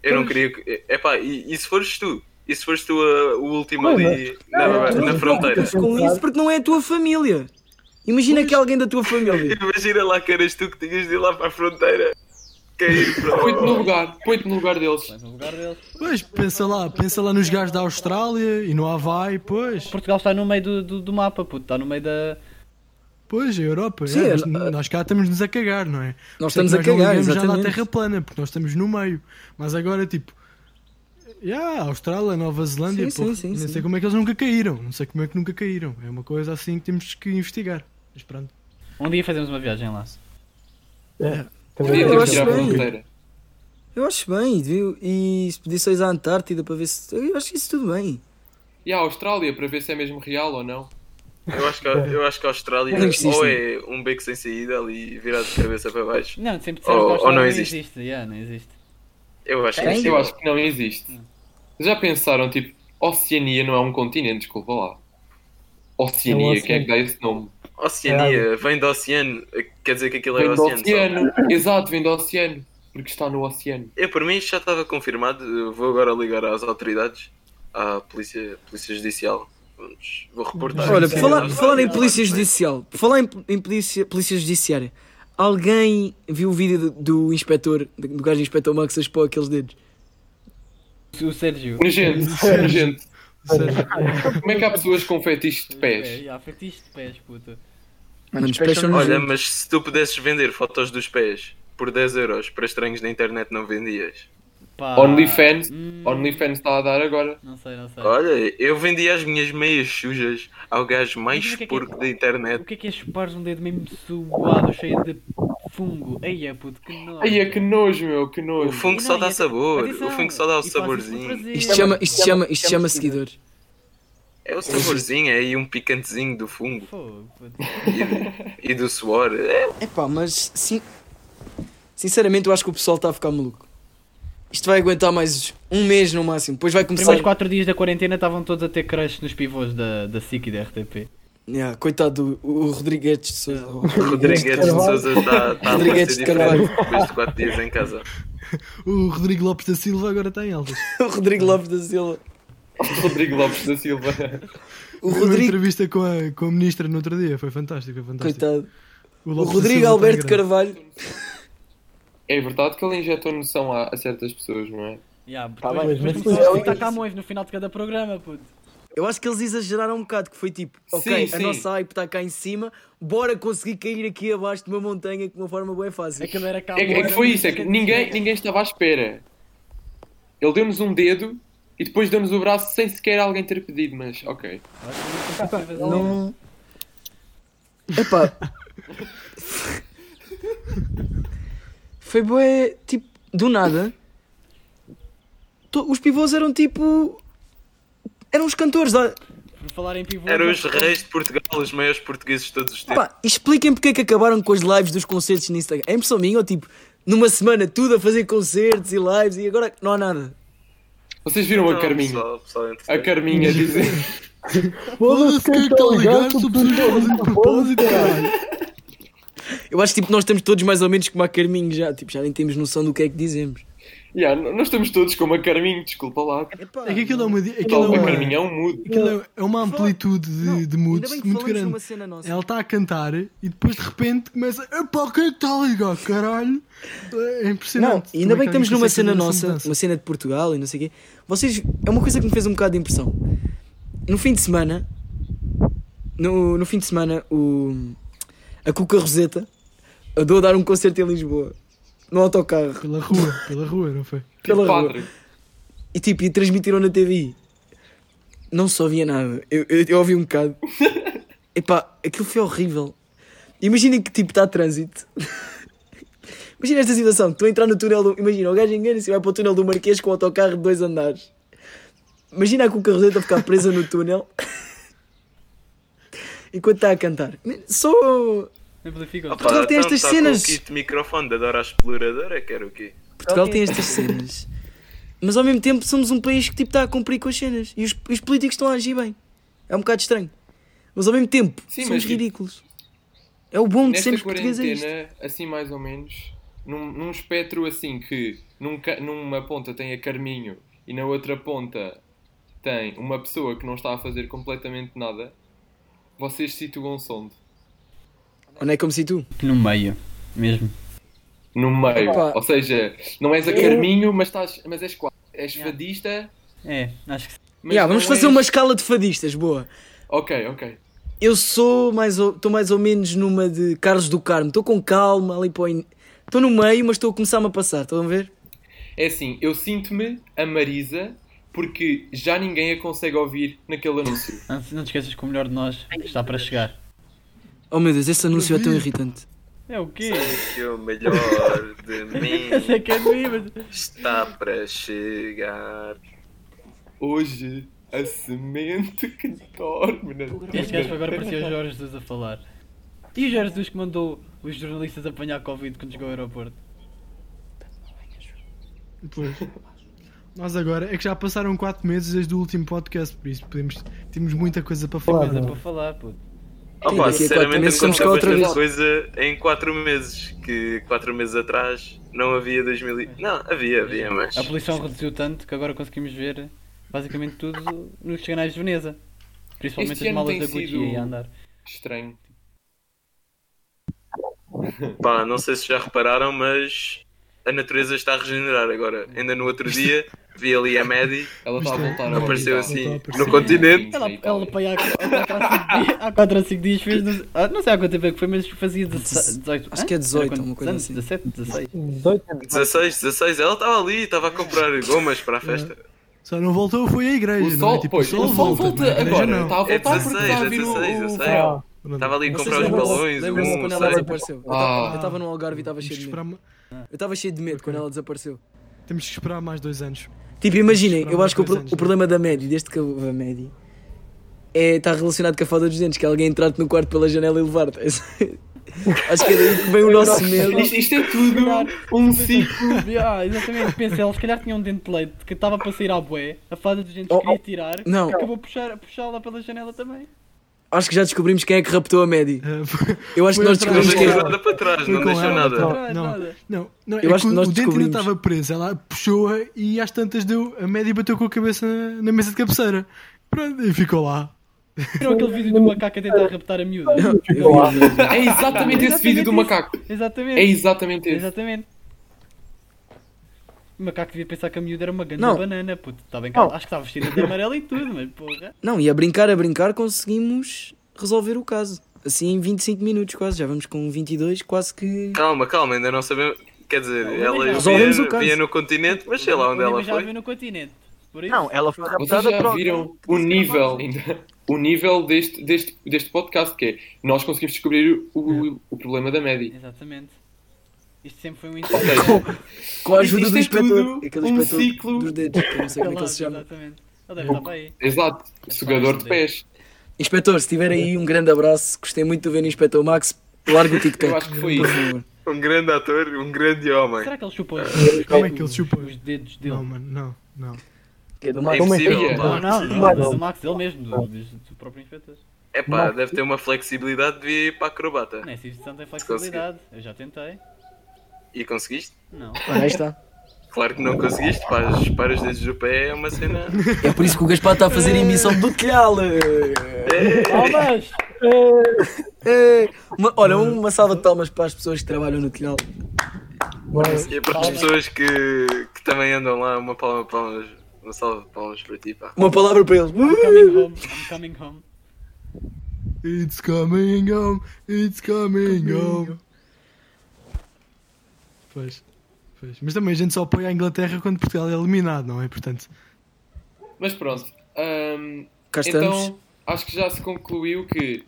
[SPEAKER 5] Eu não queria. que- Epá, e, e se fores tu? E se fores tu ah, o último
[SPEAKER 8] Olha, é,
[SPEAKER 5] ali na,
[SPEAKER 4] tu
[SPEAKER 5] na
[SPEAKER 4] não te
[SPEAKER 5] fronteira?
[SPEAKER 4] preocupes com isso porque não é a tua família. Imagina que é alguém da tua família.
[SPEAKER 5] Imagina lá que eras tu que tinhas de ir lá para a fronteira. Cair para
[SPEAKER 2] Põe-te no
[SPEAKER 5] o.
[SPEAKER 2] lugar. Põe-te no lugar deles.
[SPEAKER 6] No lugar deles.
[SPEAKER 3] Pois, pensa lá, pensa lá nos gajos da Austrália e no Havaí, pois,
[SPEAKER 6] Portugal está no meio do, do, do mapa, puto, está no meio da.
[SPEAKER 3] pois, a Europa.
[SPEAKER 4] Sim,
[SPEAKER 3] é,
[SPEAKER 4] é-
[SPEAKER 3] nós, nós cá estamos-nos a cagar, não é?
[SPEAKER 4] Nós
[SPEAKER 3] Por
[SPEAKER 4] estamos
[SPEAKER 3] isso é
[SPEAKER 4] a
[SPEAKER 3] que não
[SPEAKER 4] cagar,
[SPEAKER 3] ligamos já da
[SPEAKER 4] exatamente.
[SPEAKER 3] Terra Plana, porque nós estamos no meio. Mas agora, tipo, yeah, Austrália, Nova Zelândia,
[SPEAKER 4] Sim,
[SPEAKER 3] porra,
[SPEAKER 4] sim, sim,
[SPEAKER 3] nem
[SPEAKER 4] sim.
[SPEAKER 3] sei como é que eles nunca caíram, não sei como é que nunca caíram. É uma coisa assim que temos que investigar. Mas pronto.
[SPEAKER 6] Um dia fazemos uma viagem lá.
[SPEAKER 8] Também
[SPEAKER 2] Podia
[SPEAKER 4] Eu
[SPEAKER 2] ter que
[SPEAKER 4] acho
[SPEAKER 2] tirar a
[SPEAKER 4] bem.
[SPEAKER 2] fronteira.
[SPEAKER 4] Eu acho bem, viu? E expedições à Antártida para ver se. Eu acho isso tudo bem.
[SPEAKER 2] E à Austrália para ver se é mesmo real ou não.
[SPEAKER 5] Eu acho que, eu acho que a Austrália
[SPEAKER 4] Não existe,
[SPEAKER 5] ou é um beco sem saída ali virado de cabeça para baixo.
[SPEAKER 6] Não, sempre disseram
[SPEAKER 5] Ou-
[SPEAKER 6] que a
[SPEAKER 5] ou
[SPEAKER 6] Austrália
[SPEAKER 5] não
[SPEAKER 6] não
[SPEAKER 5] existe.
[SPEAKER 6] existe. yeah, não existe.
[SPEAKER 5] Eu acho que
[SPEAKER 4] Tem?
[SPEAKER 5] é
[SPEAKER 2] Eu acho que não existe. Já pensaram, tipo, Oceania não é um continente, desculpa lá.
[SPEAKER 8] É um
[SPEAKER 2] Oceania,
[SPEAKER 8] oceano.
[SPEAKER 2] quem é que dá esse nome?
[SPEAKER 5] Oceania, vem do oceano, quer dizer que aquilo é
[SPEAKER 2] Vem do
[SPEAKER 5] oceano. só.
[SPEAKER 2] oceano. Exato, vem do oceano. porque está no oceano.
[SPEAKER 5] Eu, por mim, isto já estava confirmado. Eu vou agora ligar às autoridades, à polícia, polícia judicial. Vamos- vou reportar.
[SPEAKER 4] Olha,
[SPEAKER 5] isso.
[SPEAKER 4] por falar, por falar em
[SPEAKER 5] é
[SPEAKER 4] polícia judicial, por falar em, em polícia, polícia judiciária, alguém viu o vídeo do, do inspetor, do gajo do inspetor Max a expor aqueles dedos?
[SPEAKER 6] O Sérgio.
[SPEAKER 2] Nojento, nojento.
[SPEAKER 3] Sério.
[SPEAKER 2] Como é que há pessoas com fetiches de
[SPEAKER 6] É,
[SPEAKER 2] pés?
[SPEAKER 6] já, fetiche de pés, puta.
[SPEAKER 4] Mano,
[SPEAKER 7] despecha-nos.
[SPEAKER 4] despecha-nos.
[SPEAKER 5] Olha, mas se tu pudesses vender fotos dos pés por 10 euros para estranhos na internet, não vendias?
[SPEAKER 6] Pá.
[SPEAKER 2] OnlyFans,
[SPEAKER 6] Hum,
[SPEAKER 2] OnlyFans está a dar agora.
[SPEAKER 6] Não sei, não sei.
[SPEAKER 5] Olha, eu vendi as minhas meias sujas ao gajo
[SPEAKER 6] Mas
[SPEAKER 5] mais
[SPEAKER 6] o que é que é?
[SPEAKER 5] porco da
[SPEAKER 6] O
[SPEAKER 5] internet.
[SPEAKER 6] que é que é chupares um dedo mesmo suado, cheio de fungo? Eia, puto, que nojo.
[SPEAKER 2] Ai, é que nojo, meu, que
[SPEAKER 5] O [LAUGHS]
[SPEAKER 2] nojo.
[SPEAKER 5] fungo
[SPEAKER 6] E não,
[SPEAKER 5] só
[SPEAKER 6] e
[SPEAKER 5] dá
[SPEAKER 6] até-
[SPEAKER 5] sabor,
[SPEAKER 6] Atenção,
[SPEAKER 5] o fungo só dá o
[SPEAKER 6] e faz isso por
[SPEAKER 5] saborzinho.
[SPEAKER 6] prazer.
[SPEAKER 4] Isto chama, isto chama, isto chama
[SPEAKER 7] Chama-
[SPEAKER 4] seguidores.
[SPEAKER 5] É o saborzinho aí, um picantezinho do fungo
[SPEAKER 6] Fogo, puto.
[SPEAKER 5] e, e do suor. É,
[SPEAKER 4] Epá, mas sim. Sinceramente, eu acho que o pessoal está a ficar maluco. Isto vai aguentar mais um mês no máximo, depois vai começar.
[SPEAKER 6] Primeiros 4 dias da quarentena estavam todos a ter crush nos pivôs da, da SIC e da RTP.
[SPEAKER 4] Yeah, coitado do o Rodrigues de Souza.
[SPEAKER 5] o Rodrigues de Souza está tá a
[SPEAKER 4] Rodrigues
[SPEAKER 5] parecer
[SPEAKER 4] de
[SPEAKER 5] diferente depois de 4 dias em casa.
[SPEAKER 3] O Rodrigo Lopes da Silva agora está em altas.
[SPEAKER 4] [LAUGHS] o Rodrigo Lopes da Silva.
[SPEAKER 2] Rodrigo Lopes da Silva.
[SPEAKER 4] O
[SPEAKER 3] Uma
[SPEAKER 4] Rodrigo.
[SPEAKER 3] entrevista com a, com a ministra no outro dia, foi fantástico, foi fantástico.
[SPEAKER 4] Coitado. O
[SPEAKER 3] Lopes da
[SPEAKER 4] Rodrigo
[SPEAKER 3] Silva está
[SPEAKER 4] Alberto
[SPEAKER 3] grande.
[SPEAKER 4] Carvalho.
[SPEAKER 2] É verdade que ele injetou noção a, a certas pessoas, não é?
[SPEAKER 6] Yeah,
[SPEAKER 7] bem,
[SPEAKER 6] depois
[SPEAKER 7] mas
[SPEAKER 6] depois
[SPEAKER 7] isso é
[SPEAKER 6] começou a citar
[SPEAKER 7] isso.
[SPEAKER 6] Camões no final de cada programa, puto.
[SPEAKER 4] Eu acho que eles exageraram um bocado, que foi tipo, ok,
[SPEAKER 2] Sim,
[SPEAKER 4] a
[SPEAKER 2] sim.
[SPEAKER 4] nossa hype está cá em cima, bora conseguir cair aqui abaixo de uma montanha de uma forma bem fácil.
[SPEAKER 6] Aquilo era
[SPEAKER 2] É,
[SPEAKER 6] Camões.
[SPEAKER 2] que- é que foi isso, é que ninguém,
[SPEAKER 3] [LAUGHS]
[SPEAKER 2] ninguém estava à espera. Ele deu-nos um dedo e depois deu-nos o braço sem sequer alguém ter pedido, mas ok.
[SPEAKER 4] Não. Epá. [LAUGHS] Foi bué, tipo, do nada. To- Os pivôs eram tipo. Eram os cantores. Da...
[SPEAKER 6] Por falar em pivôs.
[SPEAKER 5] Eram
[SPEAKER 6] eu-
[SPEAKER 5] os reis de Portugal, os maiores portugueses de todos os tempos.
[SPEAKER 4] Pá, expliquem porque é que acabaram com as lives dos concertos no Instagram. É impressão minha ou tipo, numa semana tudo a fazer concertos e lives e agora não há nada.
[SPEAKER 2] Vocês viram a
[SPEAKER 4] Ah,
[SPEAKER 5] Não,
[SPEAKER 2] Carminha?
[SPEAKER 5] pessoal- pessoal
[SPEAKER 2] A
[SPEAKER 5] interessante.
[SPEAKER 2] Carminha dizer. [LAUGHS]
[SPEAKER 3] Foda-se, quem
[SPEAKER 4] tá
[SPEAKER 3] é que está a ligar? Se o pessoal fazem de propósito, caralho.
[SPEAKER 4] Eu acho que tipo, nós estamos todos mais ou menos como a Carminho já. Tipo, já nem temos noção do que é que dizemos.
[SPEAKER 2] Yeah, n- nós estamos todos como a Carminho, desculpa lá.
[SPEAKER 4] Epá,
[SPEAKER 3] É que aquilo é uma. Aquilo é
[SPEAKER 2] Então, a
[SPEAKER 3] uma,
[SPEAKER 2] Carminho é um mudo.
[SPEAKER 3] aquilo é- é uma amplitude de, de
[SPEAKER 4] Ainda
[SPEAKER 3] moods
[SPEAKER 4] bem que
[SPEAKER 3] muito
[SPEAKER 4] falamos
[SPEAKER 3] grande. É
[SPEAKER 4] numa cena nossa.
[SPEAKER 3] Ela está a cantar e depois de repente começa. Epá, quem é que está a ligar? Caralho! É
[SPEAKER 4] Não,
[SPEAKER 3] impressionante.
[SPEAKER 4] e ainda
[SPEAKER 3] Como
[SPEAKER 4] bem
[SPEAKER 3] é
[SPEAKER 4] que estamos
[SPEAKER 3] alguém
[SPEAKER 4] numa
[SPEAKER 3] consegue
[SPEAKER 4] cena
[SPEAKER 3] fazer essa
[SPEAKER 4] nossa,
[SPEAKER 3] mudança?
[SPEAKER 4] uma cena de Portugal e não sei o quê. Vocês, é uma coisa que me fez um bocado de impressão. No fim de semana, no, no fim de semana, o, a Cuca Roseta andou a dar um concerto em Lisboa, no autocarro,
[SPEAKER 3] Pela rua, pela rua, não foi?
[SPEAKER 4] pela
[SPEAKER 2] Tipo
[SPEAKER 4] rua.
[SPEAKER 2] padre.
[SPEAKER 4] E tipo, e transmitiram na TV. Não só via nada, eu, eu, eu ouvi um bocado. Epá, aquilo foi horrível. Imaginem que tipo está trânsito. [LAUGHS] Imagina esta situação, estou a entrar no túnel do. Imagina, o gajo engana-se e vai para o túnel do Marquês com um autocarro de dois andares. Imagina a Cuca Roseta a ficar presa no túnel [LAUGHS] enquanto está a cantar. Só.
[SPEAKER 6] Amplificam.
[SPEAKER 5] Ah, pá,
[SPEAKER 4] Portugal tem
[SPEAKER 5] então
[SPEAKER 4] estas
[SPEAKER 5] tá com
[SPEAKER 4] cenas.
[SPEAKER 5] O kit de microfone da Dora Exploradora, quero o quê?
[SPEAKER 4] Portugal tem estas cenas. Mas ao mesmo tempo somos um país que tipo, está a cumprir com as cenas. E os, os políticos estão a agir bem. É um bocado estranho. Mas ao mesmo tempo
[SPEAKER 2] Sim,
[SPEAKER 4] somos
[SPEAKER 2] mas, tipo,
[SPEAKER 4] ridículos. É o bom de
[SPEAKER 2] Nesta
[SPEAKER 4] sermos portugueses. é isto.
[SPEAKER 2] quarentena, assim mais ou menos, num, num espectro assim que num ca- numa ponta tem a Carminho e na outra ponta tem uma pessoa que não está a fazer completamente nada, vocês situam-se onde?
[SPEAKER 4] Onde é que eu me situo?
[SPEAKER 6] No meio, mesmo.
[SPEAKER 2] No meio.
[SPEAKER 4] Opa.
[SPEAKER 2] Ou seja, não és a Carminho, mas, estás, mas és quase. És
[SPEAKER 6] Yeah.
[SPEAKER 2] fadista,
[SPEAKER 6] É, acho que sim.
[SPEAKER 2] mas.
[SPEAKER 4] Yeah, vamos
[SPEAKER 2] não é-
[SPEAKER 4] fazer
[SPEAKER 2] és-
[SPEAKER 4] uma escala de fadistas, boa.
[SPEAKER 2] Ok, ok.
[SPEAKER 4] Eu sou mais ou, estou mais ou menos numa de Carlos do Carmo. Estou com calma ali para o in- Estou no meio, mas estou a começar-me a passar. Estão a ver?
[SPEAKER 2] É assim, eu sinto-me a Marisa porque já ninguém a consegue ouvir naquele anúncio.
[SPEAKER 6] [LAUGHS] Não, não te esqueças que o melhor de nós está para chegar.
[SPEAKER 4] Oh meu Deus, esse anúncio é tão irritante.
[SPEAKER 6] É o quê? [LAUGHS]
[SPEAKER 5] Que o melhor de mim
[SPEAKER 6] Essa é que é de
[SPEAKER 5] está para chegar.
[SPEAKER 2] Hoje, a semente que dorme na
[SPEAKER 6] Este gajo agora parecia o Jorge Jesus a falar. E o Jorge Jesus que mandou os jornalistas apanhar Covid quando chegou ao aeroporto.
[SPEAKER 3] Pois. Nós agora é que já passaram 4 meses desde o último podcast, por isso podemos, temos muita coisa para falar.
[SPEAKER 6] Coisa para é falar, puto.
[SPEAKER 5] Opa,
[SPEAKER 4] daqui a quatro
[SPEAKER 5] sinceramente
[SPEAKER 4] meses estamos
[SPEAKER 5] encontrei
[SPEAKER 4] cá outra
[SPEAKER 5] bastante
[SPEAKER 4] vez.
[SPEAKER 5] coisa em 4 meses, que 4 meses atrás não havia 2000 e... Não, havia, havia, mas...
[SPEAKER 4] Ah,
[SPEAKER 6] A poluição reduziu tanto que agora conseguimos ver basicamente tudo nos canais de Veneza. Principalmente
[SPEAKER 2] Este
[SPEAKER 6] as
[SPEAKER 2] ano
[SPEAKER 6] malas
[SPEAKER 2] tem
[SPEAKER 6] da Gucci
[SPEAKER 2] sido-
[SPEAKER 6] a andar.
[SPEAKER 2] Estranho.
[SPEAKER 5] Pá, não sei se já repararam, mas a natureza está a regenerar agora. Ainda no outro dia, vi ali a Maddie,
[SPEAKER 2] Ela está a Tá, voltar ao
[SPEAKER 5] apareceu
[SPEAKER 2] hospital.
[SPEAKER 3] Está
[SPEAKER 5] assim
[SPEAKER 3] a
[SPEAKER 5] no
[SPEAKER 3] aparecer.
[SPEAKER 5] continente.
[SPEAKER 6] Ela,
[SPEAKER 2] Sim,
[SPEAKER 6] ela para aí há 4 ou 5 dias fez. Não, ah, não sei há quanto tempo é que foi, mas fazia 16, 18.
[SPEAKER 4] Acho
[SPEAKER 6] hã?
[SPEAKER 4] que é 18,
[SPEAKER 6] Era quantos
[SPEAKER 4] uma coisa
[SPEAKER 6] anos?
[SPEAKER 4] assim.
[SPEAKER 6] 17,
[SPEAKER 2] [LAUGHS]
[SPEAKER 6] 16.
[SPEAKER 8] 18
[SPEAKER 5] 16, 16, ela estava ali, estava a comprar gomas para a festa.
[SPEAKER 3] Só não voltou, foi à igreja,
[SPEAKER 2] O
[SPEAKER 3] não é?
[SPEAKER 2] sol,
[SPEAKER 3] Tipo,
[SPEAKER 2] pois, o sol volta,
[SPEAKER 3] mas a igreja
[SPEAKER 2] agora.
[SPEAKER 3] não.
[SPEAKER 2] Está a
[SPEAKER 5] É
[SPEAKER 2] voltar porque
[SPEAKER 5] 16,
[SPEAKER 2] está a
[SPEAKER 5] é
[SPEAKER 2] vir o,
[SPEAKER 5] 16, eu sei.
[SPEAKER 2] o verão.
[SPEAKER 8] Ah,
[SPEAKER 5] Estava ali a
[SPEAKER 4] Vocês
[SPEAKER 5] comprar os
[SPEAKER 4] lembram-se-
[SPEAKER 5] balões, o
[SPEAKER 4] lembram-se
[SPEAKER 5] um,
[SPEAKER 4] quando ela
[SPEAKER 5] sei.
[SPEAKER 4] desapareceu? Eu
[SPEAKER 2] Ah.
[SPEAKER 4] tava- Eu estava no Algarve e estava
[SPEAKER 3] Temos
[SPEAKER 4] cheio
[SPEAKER 3] que
[SPEAKER 4] de
[SPEAKER 3] esperar
[SPEAKER 4] medo.
[SPEAKER 3] ma-
[SPEAKER 4] Eu estava cheio de medo quando ela desapareceu.
[SPEAKER 3] Temos que esperar mais dois anos. [LAUGHS]
[SPEAKER 4] Tipo, imaginem, eu acho que o, pro-
[SPEAKER 3] Dois anos,
[SPEAKER 4] o problema da Maddie, desde que houve a Maddie, é estar relacionado com a falta dos dentes, que alguém entrar-te no quarto pela janela e levar-te. [LAUGHS] acho que é daí que vem o nosso medo.
[SPEAKER 2] Isto, isto é tudo um
[SPEAKER 6] [LAUGHS]
[SPEAKER 2] ciclo.
[SPEAKER 6] Ah, exatamente, pensei, eles se calhar tinham um dente de leite que estava para sair à bué, a fada dos dentes
[SPEAKER 4] Oh,
[SPEAKER 6] queria tirar,
[SPEAKER 4] não.
[SPEAKER 6] acabou a puxar- a puxá-la pela janela também.
[SPEAKER 4] Acho que já descobrimos quem é que raptou a Maddie.
[SPEAKER 3] Ah, foi-
[SPEAKER 4] Eu acho que
[SPEAKER 3] Foi
[SPEAKER 4] nós
[SPEAKER 3] atrás.
[SPEAKER 5] Não
[SPEAKER 4] descobrimos quem
[SPEAKER 5] deixou
[SPEAKER 4] é.
[SPEAKER 5] nada para trás,
[SPEAKER 3] Foi
[SPEAKER 5] não
[SPEAKER 3] com
[SPEAKER 5] deixou
[SPEAKER 3] ela,
[SPEAKER 5] nada.
[SPEAKER 3] então.
[SPEAKER 6] Atrás,
[SPEAKER 3] não.
[SPEAKER 6] nada.
[SPEAKER 3] não, não,
[SPEAKER 4] Eu
[SPEAKER 3] é
[SPEAKER 4] acho que
[SPEAKER 3] o-
[SPEAKER 4] nós
[SPEAKER 3] o dente ainda
[SPEAKER 4] descobrimos.
[SPEAKER 3] estava preso. Ela puxou-a e às tantas deu. A média bateu com a cabeça na, na mesa de cabeceira. Pronto, e ficou lá.
[SPEAKER 6] Viram aquele vídeo do macaco a tentar raptar a miúda?
[SPEAKER 8] ficou lá.
[SPEAKER 2] [LAUGHS] É exatamente esse vídeo do macaco.
[SPEAKER 6] Exatamente.
[SPEAKER 2] É exatamente esse.
[SPEAKER 6] Exatamente. O macaco devia pensar que a miúda era uma grande
[SPEAKER 4] Não.
[SPEAKER 6] banana, puto. Tá bem, calma. Acho que estava vestida de amarelo e tudo, mas porra.
[SPEAKER 4] Não, e a brincar, a brincar, conseguimos resolver o caso. Assim, em 25 minutos quase, já vamos com 22, quase que.
[SPEAKER 5] Calma, calma, ainda não sabemos... Quer dizer, ela
[SPEAKER 4] Resolvemos o
[SPEAKER 5] via,
[SPEAKER 4] caso.
[SPEAKER 5] via no continente, mas sei lá onde
[SPEAKER 6] Eu
[SPEAKER 5] ela
[SPEAKER 6] já
[SPEAKER 5] foi.
[SPEAKER 6] viu no continente. Por isso.
[SPEAKER 7] Não, ela foi
[SPEAKER 2] Vocês
[SPEAKER 7] raptada
[SPEAKER 2] já
[SPEAKER 7] pronto.
[SPEAKER 2] viram o nível, ainda- o nível deste, deste, deste podcast, que é nós conseguimos descobrir o, o, o problema da Maddie.
[SPEAKER 6] Exatamente. Isto sempre foi um
[SPEAKER 2] Ou
[SPEAKER 6] interesse.
[SPEAKER 2] seja,
[SPEAKER 4] Com a ajuda
[SPEAKER 2] Isto
[SPEAKER 4] do
[SPEAKER 2] é
[SPEAKER 4] inspetor.
[SPEAKER 2] tudo
[SPEAKER 4] Aquele
[SPEAKER 2] um
[SPEAKER 4] inspetor
[SPEAKER 2] ciclo.
[SPEAKER 4] dos dedos, que eu não sei como é que ele se chama.
[SPEAKER 6] Exatamente. Ela deve estar para aí.
[SPEAKER 2] exato, sugador de pés.
[SPEAKER 4] Inspetor, se tiver aí, um grande abraço. Gostei muito de ver o inspetor Max. Larga o TikTok.
[SPEAKER 2] [LAUGHS] Eu acho que foi
[SPEAKER 4] por
[SPEAKER 2] isso.
[SPEAKER 4] favor.
[SPEAKER 5] Um grande ator, um grande homem.
[SPEAKER 6] Será que ele chupa os,
[SPEAKER 3] Como é que ele chupa?
[SPEAKER 6] os dedos dele? Ah,
[SPEAKER 3] Não, mano, não, não.
[SPEAKER 4] Que é do
[SPEAKER 5] É
[SPEAKER 4] Max.
[SPEAKER 5] impossível.
[SPEAKER 2] Como
[SPEAKER 5] pá.
[SPEAKER 6] Não, não, não,
[SPEAKER 8] Mas-
[SPEAKER 6] mas o Max dele mesmo, do, do, do próprio inspetor.
[SPEAKER 5] É pá, deve ter uma flexibilidade, devia ir para a acrobata.
[SPEAKER 6] Não é se tanto tem flexibilidade. Eu já tentei.
[SPEAKER 5] E conseguiste?
[SPEAKER 6] Não.
[SPEAKER 4] Ora, aí está.
[SPEAKER 5] Claro que não conseguiste, pá, os- para os dedos do pé é uma cena...
[SPEAKER 4] É por isso que o Gaspar está a fazer a emissão do telhado.
[SPEAKER 6] Palmas!
[SPEAKER 4] É, uma- Olha, uma salva de palmas para as pessoas que trabalham no telhado.
[SPEAKER 8] Mas,
[SPEAKER 5] E é para as pessoas que, que também andam lá, uma palma, palmas, uma salva de palmas para ti, pá.
[SPEAKER 4] Uma palavra para eles.
[SPEAKER 6] Coming home, I'm coming home.
[SPEAKER 3] It's coming home, it's coming home. Pois, pois. Mas também a gente só apoia a Inglaterra quando Portugal é eliminado, não é? Portanto,
[SPEAKER 2] Mas pronto, hum,
[SPEAKER 4] Cá estamos.
[SPEAKER 2] então acho que já se concluiu que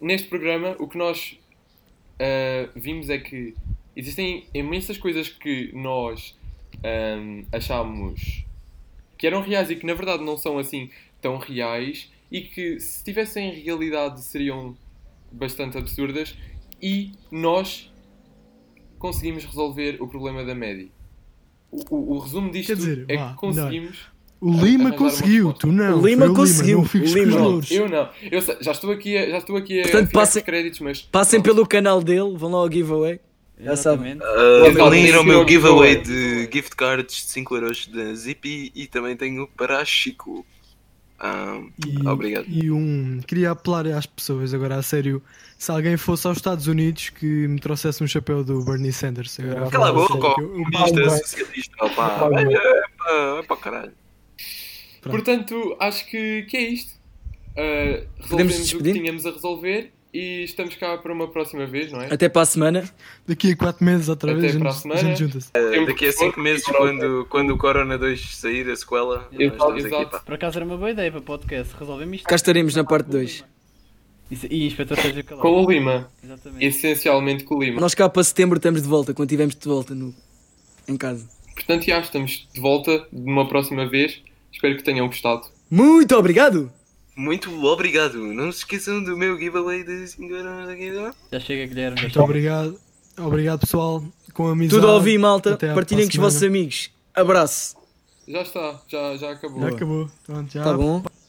[SPEAKER 2] neste programa o que nós uh, vimos é que existem imensas coisas que nós um, achámos que eram reais e que na verdade não são assim tão reais e que se tivessem realidade seriam bastante absurdas e nós conseguimos resolver o problema da Maddie. O, o- o resumo disto
[SPEAKER 3] Quer dizer,
[SPEAKER 2] é
[SPEAKER 3] vá,
[SPEAKER 2] que conseguimos.
[SPEAKER 3] o
[SPEAKER 2] Ah,
[SPEAKER 3] Lima
[SPEAKER 2] arranjar uma
[SPEAKER 3] conseguiu,
[SPEAKER 2] resposta.
[SPEAKER 3] tu não.
[SPEAKER 4] O Lima
[SPEAKER 3] Foi
[SPEAKER 4] conseguiu,
[SPEAKER 3] Não fiques
[SPEAKER 4] o
[SPEAKER 3] com os
[SPEAKER 4] Lima.
[SPEAKER 3] louros.
[SPEAKER 2] Eu não. Eu sei- já estou aqui a, já estou aqui a
[SPEAKER 4] Portanto,
[SPEAKER 2] ficar com
[SPEAKER 4] passem-
[SPEAKER 2] os créditos, mas
[SPEAKER 4] Passem pelo canal dele, vão lá ao giveaway. Já sabem.
[SPEAKER 6] Exatamente.
[SPEAKER 5] Uh,
[SPEAKER 2] Exato,
[SPEAKER 5] vão ir ao
[SPEAKER 2] esse é o
[SPEAKER 5] meu giveaway
[SPEAKER 2] giveaway.
[SPEAKER 5] de gift cards de 5€ da Zippy e também tenho para a Chico. Ah,
[SPEAKER 3] E,
[SPEAKER 5] Obrigado.
[SPEAKER 3] E um. Queria apelar às pessoas agora, a sério. Se alguém fosse aos Estados Unidos que me trouxesse um chapéu do Bernie Sanders. Agora,
[SPEAKER 5] cala a
[SPEAKER 3] falando
[SPEAKER 5] boca,
[SPEAKER 3] sério,
[SPEAKER 5] ó,
[SPEAKER 3] que eu- eu-
[SPEAKER 5] comunista,
[SPEAKER 8] vai.
[SPEAKER 5] é socialista, ó pá.
[SPEAKER 8] Vai,
[SPEAKER 5] É,
[SPEAKER 8] vai.
[SPEAKER 5] é, é para caralho.
[SPEAKER 2] portanto acho que, que é isto. Uh,
[SPEAKER 4] Podemos
[SPEAKER 2] resolvemos o que
[SPEAKER 4] despedir?
[SPEAKER 2] tínhamos a resolver e estamos cá para uma próxima vez, não é?
[SPEAKER 4] Até para a semana.
[SPEAKER 3] Daqui a 4 meses, outra
[SPEAKER 2] Até
[SPEAKER 3] vez, a
[SPEAKER 2] para a
[SPEAKER 3] gente, a
[SPEAKER 2] semana.
[SPEAKER 3] gente junta-se.
[SPEAKER 5] Uh, Daqui a 5 meses, quando, quando o Corona 2 sair, a sequela, nós
[SPEAKER 2] Exato,
[SPEAKER 5] estamos aqui,
[SPEAKER 2] exato.
[SPEAKER 5] pá.
[SPEAKER 6] Por acaso era uma boa ideia para podcast. Resolvemos isto.
[SPEAKER 4] Cá estaremos na parte 2.
[SPEAKER 6] Isso- E inspetor Sérgio Calado.
[SPEAKER 2] Com o Lima.
[SPEAKER 6] Exatamente.
[SPEAKER 2] Essencialmente com o Lima.
[SPEAKER 4] Nós cá para setembro estamos de volta, quando estivermos de volta no... em casa.
[SPEAKER 2] Portanto, já estamos de volta numa próxima vez. Espero que tenham gostado.
[SPEAKER 4] Muito obrigado!
[SPEAKER 5] Muito obrigado. Não se esqueçam do meu giveaway de 5€ da Guido.
[SPEAKER 6] Já chega, Guilherme. Já
[SPEAKER 3] Muito
[SPEAKER 6] chega.
[SPEAKER 3] obrigado. Obrigado, pessoal. Com amizade.
[SPEAKER 4] Tudo a ouvir, malta.
[SPEAKER 3] Até à
[SPEAKER 4] Partilhem com os
[SPEAKER 3] próxima.
[SPEAKER 4] vossos amigos. Abraço.
[SPEAKER 2] Já está, já, já acabou.
[SPEAKER 3] Já acabou. Pronto, já.
[SPEAKER 4] Tá bom?